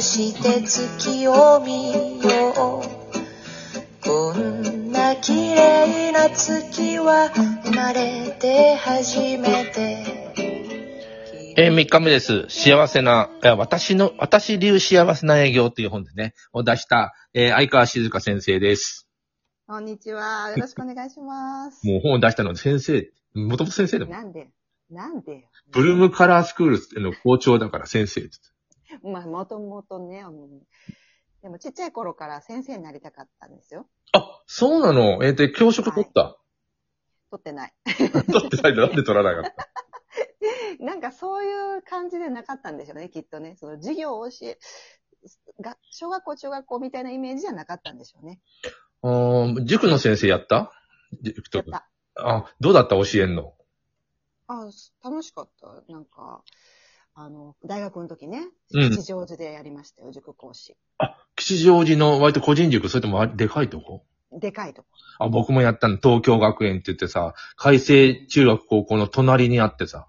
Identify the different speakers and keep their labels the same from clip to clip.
Speaker 1: して月を見ようこんな綺麗な月は生まれて初めて
Speaker 2: えー、3日目です。幸せな、いや私の、私流幸せな営業という本でね、を出した、えー相川静香先生です。
Speaker 3: こんにちは。よろしくお願いします。
Speaker 2: もう本を出したのは先生、もともと先生でも、
Speaker 3: なんでなんでよ
Speaker 2: ブルームカラースクールの校長だから先生って
Speaker 3: まあ、もともとね、あのでもちっちゃい頃から先生になりたかったんですよ。
Speaker 2: あ、そうなのえーで、教職取った。
Speaker 3: 取ってない。
Speaker 2: 取ってないんだ。なんで取らなかった
Speaker 3: なんかそういう感じでなかったんでしょうね、きっとね。その授業を教え、が小学校、中学校みたいなイメージじゃなかったんでしょうね。
Speaker 2: うーん、塾の先生やった塾
Speaker 3: やっ
Speaker 2: とか。
Speaker 3: た。
Speaker 2: あ、どうだった教えんの。
Speaker 3: あ楽しかった。なんか、あの、大学の時ね、
Speaker 2: うん
Speaker 3: 吉祥寺でやりましたよ、塾講師。
Speaker 2: 吉祥寺の割と個人塾、それとも割でかいとこ
Speaker 3: でかいとこ。
Speaker 2: あ、僕もやったの。東京学園って言ってさ、海星中学高校の隣にあってさ、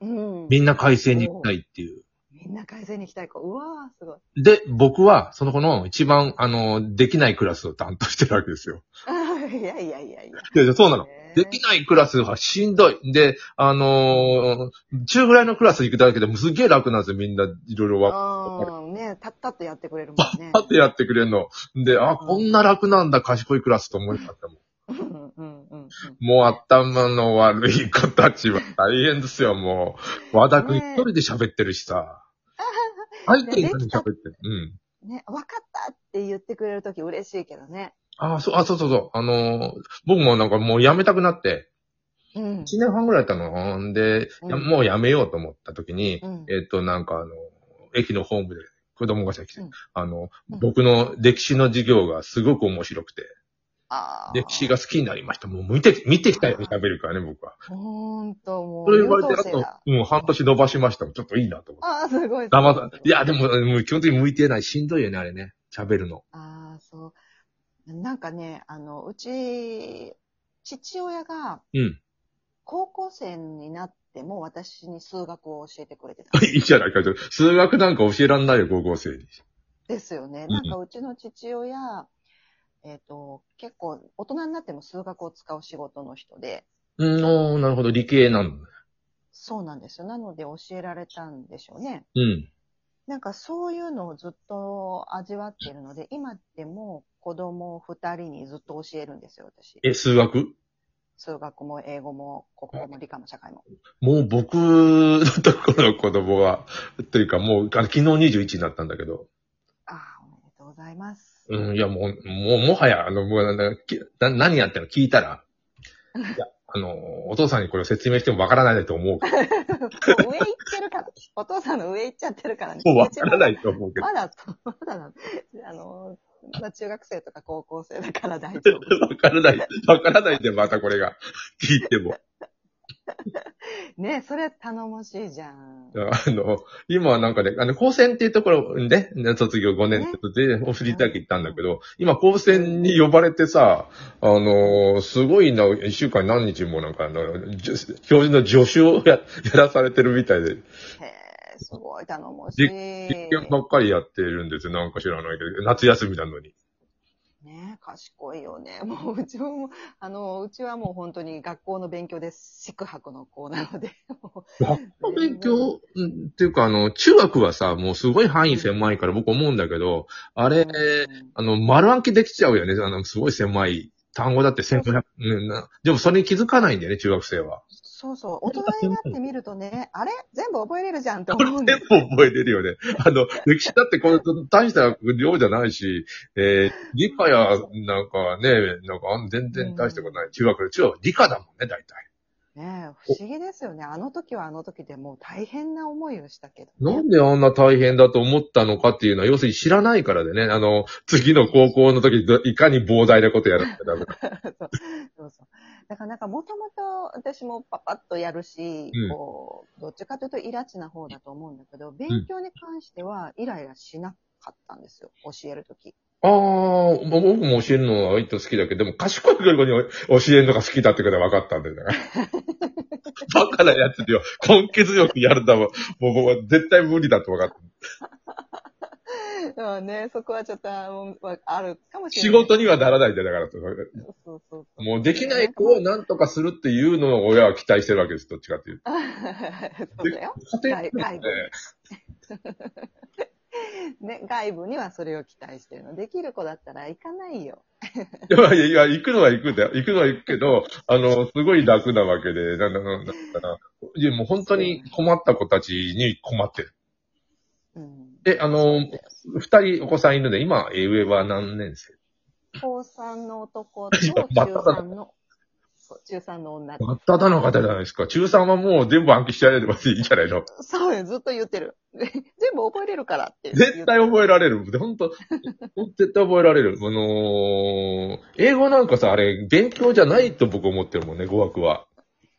Speaker 3: うん。
Speaker 2: みんな海星に行きたいっていう。
Speaker 3: みんな改善に行きたい子。うわー、すごい。
Speaker 2: で、僕は、その子の一番、あの、できないクラスを担当してるわけですよ。
Speaker 3: あーいやいやいやいや。
Speaker 2: いやいやそうなの。
Speaker 3: ね
Speaker 2: できないクラスがしんどい。で、あのー中ぐらいのクラス行くだけでもすげえ楽なんですよ、みんな、いろいろわ。
Speaker 3: うん、ねたったっとやってくれるもん ね。
Speaker 2: パッてやってくれんの。で、あ、こんな楽なんだ、賢いクラスと思いましたもん。
Speaker 3: うんうんうん
Speaker 2: もう頭の悪い子たちは大変ですよ、もう。和田くん一
Speaker 3: ねえ
Speaker 2: 人で喋ってるしさ。相手に何喋ってるうん。
Speaker 3: うん。ね、わかったって言ってくれるとき嬉しいけどね。
Speaker 2: あそう、あ、そうそうそう。あのー僕もなんかもう辞めたくなって、
Speaker 3: うん。
Speaker 2: 1年半ぐらいだったの。んで、
Speaker 3: うん
Speaker 2: やもう辞めようと思った時に、
Speaker 3: うん
Speaker 2: えっと、なんかあの、駅のホームで子供が来て、
Speaker 3: うん
Speaker 2: あの、
Speaker 3: うん
Speaker 2: 僕の歴史の授業がすごく面白くて、
Speaker 3: ああ。
Speaker 2: 歴史が好きになりました。もう見て、見てきたように喋るからね、僕は。
Speaker 3: ほんと、もう。
Speaker 2: それ言われて、
Speaker 3: 優
Speaker 2: あ
Speaker 3: 等生
Speaker 2: と
Speaker 3: だ、
Speaker 2: うん、半年伸ばしましたもん。ちょっといいなと思って。
Speaker 3: ああ、すごい。
Speaker 2: 生だ。い
Speaker 3: や。
Speaker 2: や、でも、うん基本的に向いてない。しんどいよね、あれね。喋るの。
Speaker 3: ああ、そう。なんかね、あの、うち、父親が
Speaker 2: うん。
Speaker 3: 高校生になっても私に数学を教えてくれてた。
Speaker 2: いいじゃないか。ちょっと数学なんか教えらんないよ、高校生に。
Speaker 3: ですよね。
Speaker 2: ん
Speaker 3: なんかうちの父親、えっ、と、結構大人になっても数学を使う仕事の人で、
Speaker 2: うん、おーなるほど。理系なの。
Speaker 3: そうなんですよ。なので教えられたんでしょうね。
Speaker 2: うん。
Speaker 3: なんかそういうのをずっと味わっているので、今でも子供を二人にずっと教えるんですよ、私。
Speaker 2: え、数学
Speaker 3: 数学も英語も国語も理科も社会も。
Speaker 2: もう僕のところの子供は、というかもう、あの昨日21になったんだけど。
Speaker 3: ああ、おめでとうございます。
Speaker 2: うん、いや、もう、もう、もはや、あの、もうなんかきな何やってんの聞いた ら、いや、あの、お父さんにこれを説明してもわからない と思うけど、
Speaker 3: もう上行ってるから、 お父さんの上行っちゃってるからね。
Speaker 2: もうわからないと思うけど。
Speaker 3: まだ、まだな、あの、まあ中学生とか高校生だから大丈夫。
Speaker 2: わからない。わからないんだよ、またこれが。聞いても。
Speaker 3: ねそれ頼もしいじゃん。
Speaker 2: あの、今はなんかね、あの、高専っていうところで、ね卒業5年ってことで、お知りたい行ったんだけど、今高専に呼ばれてさ、あのーすごいな、一週間何日もなんか、あの、じゅ教授の助手をや やらされてるみたいで、
Speaker 3: へえ、すごい頼もしい。
Speaker 2: 実実験ばっかりやってるんですよ、なんか知らないけど、夏休みなのに。
Speaker 3: ね賢いよね。もう、うちも、あの、うちはもう本当に学校の勉強で四苦八苦の子なので。もう
Speaker 2: 勉強うんっていうか、あの、中学はさ、もうすごい範囲狭いから僕思うんだけど、あれ、
Speaker 3: うん
Speaker 2: あの、丸暗記できちゃうよね。あの、すごい狭い。単語だって1500、うん、なでもそれに気づかないんだよね、中学生 は。
Speaker 3: そうそう。大人になってみるとね、あれ全部覚えれるじゃんって
Speaker 2: これ
Speaker 3: 思うんで
Speaker 2: 全
Speaker 3: す。
Speaker 2: 部覚えれるよね。あの、歴史だってこれ大した量じゃないし、えー、理科や、なんかね、なんかあん全然大したことない。中学、中学は理科だもんね、大体。
Speaker 3: ね不思議ですよね。あの時はあの時でもう大変な思いをしたけど、ね。
Speaker 2: なんであんな大変だと思ったのかっていうのは、要するに知らないからでね、あの、次の高校の時にど、いかに膨大なことやらなきゃダメだ。
Speaker 3: そう そうそう。だからなんかもともと私もパパッとやるし、
Speaker 2: うん
Speaker 3: こう、どっちかというとイラチな方だと思うんだけど、勉強に関してはイライラしなかったんですよ。教えると き。
Speaker 2: ああ、僕も教えるのは割と好きだけど、でも賢い子に教えるのが好きだってことは分かったんだよね。バカなやつでよ、根気強くやるんだもん。もう僕は絶対無理だと分かった。
Speaker 3: うんね、そこはちょっと、もうわあるかもし
Speaker 2: 仕
Speaker 3: れない。
Speaker 2: 事にはならないんだよだからそれ。
Speaker 3: そうそうそう。
Speaker 2: もうできない 子をなんとかするっていうのを親は期待してるわけです、どっちかっていうと。
Speaker 3: そうだよ。
Speaker 2: 家庭
Speaker 3: 外外部ね、外部にはそれを期待してるの。できる子だったら行かないよ。
Speaker 2: いやいやいや、行くのは行くんだよ。行くのは行くけど、あの、すごい楽なわけで、なんだ、なんだ、なんだから、いやもう本当に困った子たちに困ってる。
Speaker 3: うん。
Speaker 2: で、あの、二人お子さんいるんで、今、え上は何年生
Speaker 3: 高3の男と
Speaker 2: 今
Speaker 3: 中
Speaker 2: 真っ只中
Speaker 3: 3の、そう中3の女。
Speaker 2: 真っただの方じゃないですか。中3はもう全部暗記してやれればいいじゃないの。
Speaker 3: そうよ、ずっと言ってる。 全部覚えれるからって。
Speaker 2: 絶対覚えられる。本当絶対覚えられる。あのー英語なんかさ、あれ、勉強じゃないと僕思ってるもんね、語学は。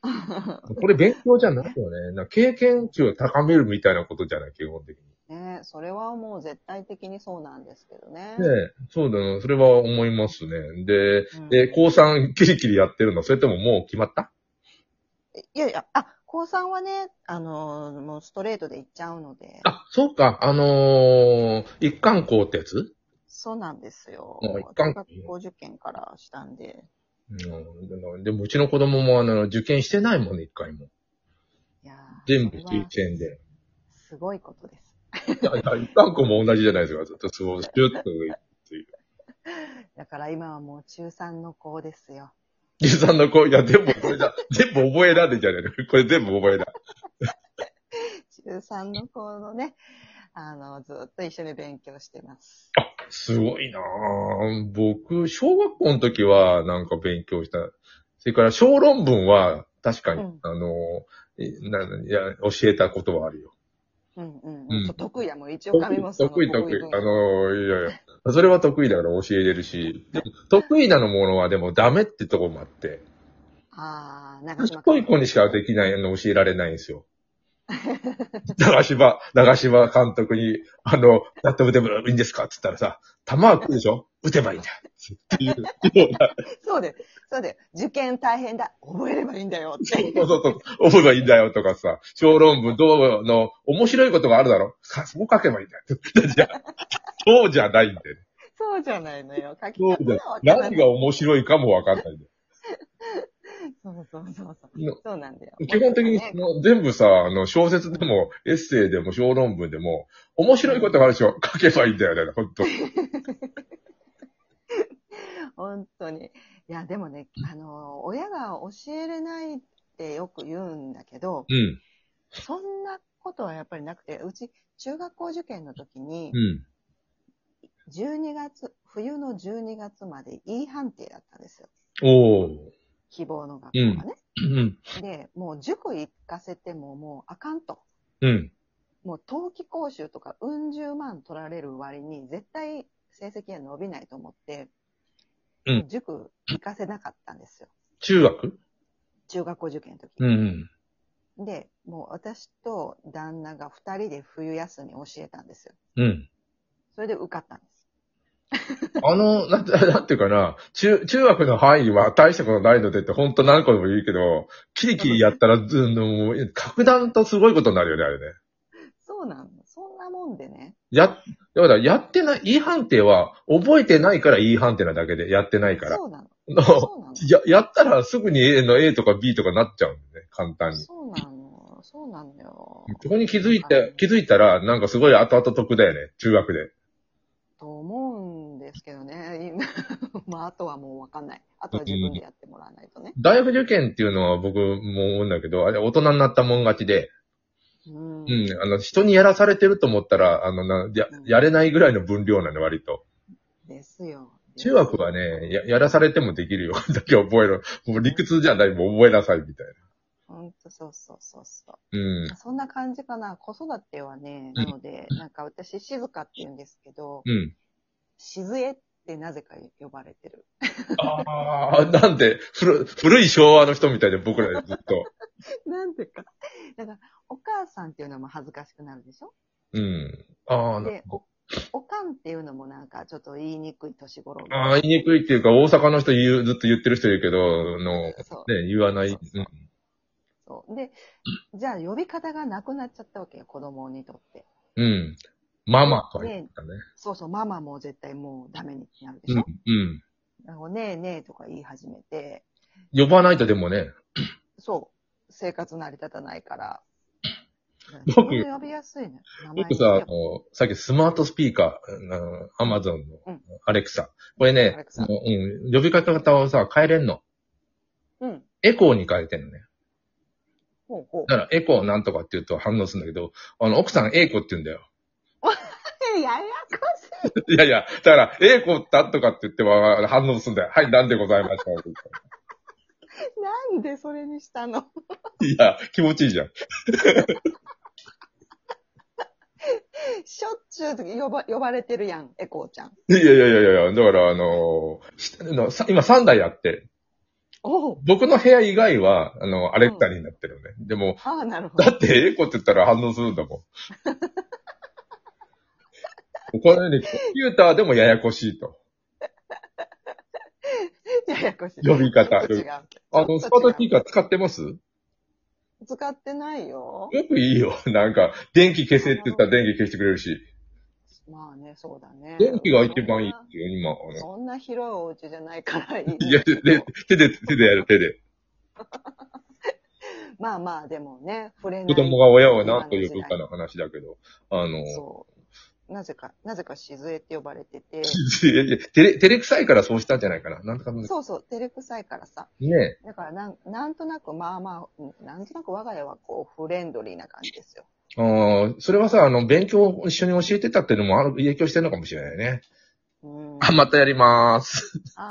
Speaker 2: これ勉強じゃないよね。なんか経験値を高めるみたいなことじゃない、基本的に。
Speaker 3: ね、それはもう絶対的にそうなんですけどね。
Speaker 2: ねえそうだな。それは思いますね。で、
Speaker 3: うん
Speaker 2: え、高3キリキリやってるのそれとももう決まった
Speaker 3: いやいや、あ、高3はね、あのーもうストレートで行っちゃうので、
Speaker 2: あ、そうか。あのー一貫校ってやつ
Speaker 3: そうなんですよ
Speaker 2: もう一。貫
Speaker 3: 中学校受験からしたんで。
Speaker 2: うん。でもうちの子供もあの、受験してないもんね、一回も。
Speaker 3: いやー
Speaker 2: 全部
Speaker 3: それは
Speaker 2: 推薦で。
Speaker 3: すごいことです。
Speaker 2: いやいや、一貫校も同じじゃないですか。ずっとそう、シュッと。
Speaker 3: だから今はもう中3の子ですよ。
Speaker 2: リさんの子、いや、全部これだ。全部覚えられじゃないの。これ全部覚えら
Speaker 3: 中3の子のね、あの、ずっと一緒に勉強してます。
Speaker 2: すごいなぁ。僕、小学校の時はなんか勉強した。それから小論文は確かに、
Speaker 3: うん
Speaker 2: あの、えなんいや教えたことはあるよ。
Speaker 3: うんうん。
Speaker 2: うん
Speaker 3: そう得意や、もう一応神もその
Speaker 2: 得意得意。
Speaker 3: 得意分
Speaker 2: あの、いやいや。それは得意だから教えれるし、でも得意なのものはでもダメってとこもあって、
Speaker 3: あー、長島
Speaker 2: 賢い子にしかできないの教えられないんですよ。長柴、長柴監督に、あの、やって打てばいいんですかって言ったらさ、球は来るでしょ打てばいいんだよ。っていう
Speaker 3: そうで、そうで、受験大変だ。覚えればいいんだよって。
Speaker 2: そうそうそう。思えばいいんだよとかさ、小論文どうの面白いことがあるだろかそう書けばいいんだよ。じゃあそうじゃないんだよ。
Speaker 3: そうじゃないのよ。書き
Speaker 2: そう
Speaker 3: 方
Speaker 2: じゃ
Speaker 3: がわからない
Speaker 2: 何が面白いかもわかんないんだよ。
Speaker 3: そうそうそうそう
Speaker 2: の。
Speaker 3: そうなんだよ。
Speaker 2: 基本的にその全部さ、あの、小説でも、エッセイでも、小論文でも、面白いことがあるで しょ書けばいいんだよね、ほんと。
Speaker 3: 本当に。いや、でもね、あの、親が教えれないってよく言うんだけど、
Speaker 2: うん。
Speaker 3: そんなことはやっぱりなくて、うち、中学校受験の時に
Speaker 2: う、ん。
Speaker 3: 12月、冬の12月まで E 判定だったんですよ。
Speaker 2: おー。
Speaker 3: 希望の学校がね。
Speaker 2: うん。
Speaker 3: で、もう塾行かせてももうあかんと。
Speaker 2: うん。
Speaker 3: もう冬季講習とかうん十万取られる割に絶対成績が伸びないと思って、
Speaker 2: うん
Speaker 3: 塾行かせなかったんですよ。
Speaker 2: 中学
Speaker 3: 中学校受験の時。
Speaker 2: うん。
Speaker 3: で、もう私と旦那が二人で冬休み教えたんですよ。
Speaker 2: うん。
Speaker 3: それで受かったんです。
Speaker 2: あの、 なんて、なんていうかな、中、中学の範囲は大したことないのでって、ほんと何個でも言うけど、キリキリやったら、ずんの、格段とすごいことになるよね、あれね。
Speaker 3: そうなの。そんなもんでね。
Speaker 2: や、だからやってない、いい判定は、覚えてないからいい判定なだけで、やってないから。
Speaker 3: そう なの。
Speaker 2: の
Speaker 3: そうなの。
Speaker 2: や、やったらすぐに A の A とか B とかなっちゃうんだよね、簡単に。
Speaker 3: そうなの。そうなのよ。
Speaker 2: そこに気づい
Speaker 3: あ
Speaker 2: て
Speaker 3: の、
Speaker 2: 気づいたら、なんかすごい後々得だよね、中学で。
Speaker 3: と思うんですけどね。 今まあ、あとはもうわかんない。あとは自分でやってもらわないとね。
Speaker 2: 大学受験っていうのは僕も思うんだけど、あれ大人になったもん勝ちで、
Speaker 3: うん
Speaker 2: うん、あの、人にやらされてると思ったら、あの、な、や、やれないぐらいの分量なの、割と。
Speaker 3: ですよ。
Speaker 2: 中学はね、や、やらされてもできるよ。 だけ覚えろ。もう理屈じゃない、もう覚えなさい、みたい
Speaker 3: ほんとそうそうそうそう。
Speaker 2: な。
Speaker 3: そんな感じかな。子育てはね、なので、なんか私、静かって言うんですけど、
Speaker 2: うん。うん。
Speaker 3: 静江ってなぜか呼ばれてる。
Speaker 2: ああ、なんで、古、古い昭和の人みたいで、僕らずっと。
Speaker 3: なんでか。だから、お母さんっていうのも恥ずかしくなるでしょ
Speaker 2: うん。ああ、な
Speaker 3: で、お、おかんっていうのもなんかちょっと言いにくい年頃。
Speaker 2: ああ、言いにくいっていうか、大阪の人言う、ずっと言ってる人いるけど、あの、ね、
Speaker 3: そう、
Speaker 2: 言わない。うん。
Speaker 3: そう。で、じゃあ呼び方がなくなっちゃったわけよ、子供にとって。
Speaker 2: うん。ママとは言ってたね。
Speaker 3: そうそう、ママも絶対もうダメになるで
Speaker 2: う
Speaker 3: しょ。
Speaker 2: ん、
Speaker 3: なんかねえねえとか言い始めて、
Speaker 2: うん。呼ばないとでもね、
Speaker 3: そう、生活成り立たないから。
Speaker 2: 僕
Speaker 3: 名前呼びやすいね。名前
Speaker 2: 僕さ、あ
Speaker 3: 呼
Speaker 2: の、さっきスマートスピーカー、アマゾン
Speaker 3: う
Speaker 2: の
Speaker 3: ん
Speaker 2: アレクサ。これね、
Speaker 3: Alexa
Speaker 2: うん、呼び方をさ、変えれんの。
Speaker 3: ぶうん。
Speaker 2: エコーに変えてんのね。
Speaker 3: ほうほう。
Speaker 2: だから、エコーなんとかって言うと反応するんだけど、あの、奥さんエイコって言うんだよ。
Speaker 3: え、ややこしい。
Speaker 2: いやいや、だから、エイコだとかって言っては反応するんだよ。はい、なんでございました。
Speaker 3: なんでそれにしたの
Speaker 2: いや、気持ちいいじゃん。
Speaker 3: しょっちゅう呼ば呼ばれてるやん、エコーちゃん。
Speaker 2: いやいやいやいや、だから、あのしのさ今3台やって、
Speaker 3: おう。
Speaker 2: 僕の部屋以外は、あの、アレクタになってるね。でも、
Speaker 3: ああ、なるほど
Speaker 2: だ。って、エコって言ったら反応するんだ もん。このように、コンピューターでもややこしいと。
Speaker 3: ややこしい。
Speaker 2: 呼び方
Speaker 3: ちょっと違う。
Speaker 2: あの、
Speaker 3: ち
Speaker 2: ス
Speaker 3: ょ
Speaker 2: パー
Speaker 3: っと違う
Speaker 2: トピーカー使ってますよ
Speaker 3: 使ってないよ。
Speaker 2: くいいよ。なんか、電気消せって言ったら電気消してくれるし。
Speaker 3: まあね、そうだね。
Speaker 2: 電気が一番いいっていう、今。あの
Speaker 3: そんな広いお家じゃないからいいんだけど。
Speaker 2: いや、で、で手で、手でやる、手で。
Speaker 3: まあまあ、でもね、触れな
Speaker 2: 子
Speaker 3: い。
Speaker 2: 供が親は何と呼ぶかの話だけど、あの、
Speaker 3: そう。なぜか、なぜか静江って呼ばれてて。
Speaker 2: いやいや 照れ、照れくさいからそうしたんじゃないかな。なんとかね
Speaker 3: そうそう、照れくさいからさ。
Speaker 2: え。
Speaker 3: だからなん、なんとなく、まあまあうん、なんとなく我が家はこう、フレンドリーな感じですよ。
Speaker 2: ああ、それはさ、あの、勉強を一緒に教えてたっていうのもある影響してるのかもしれないね。
Speaker 3: うん。
Speaker 2: あ、またやりまーす。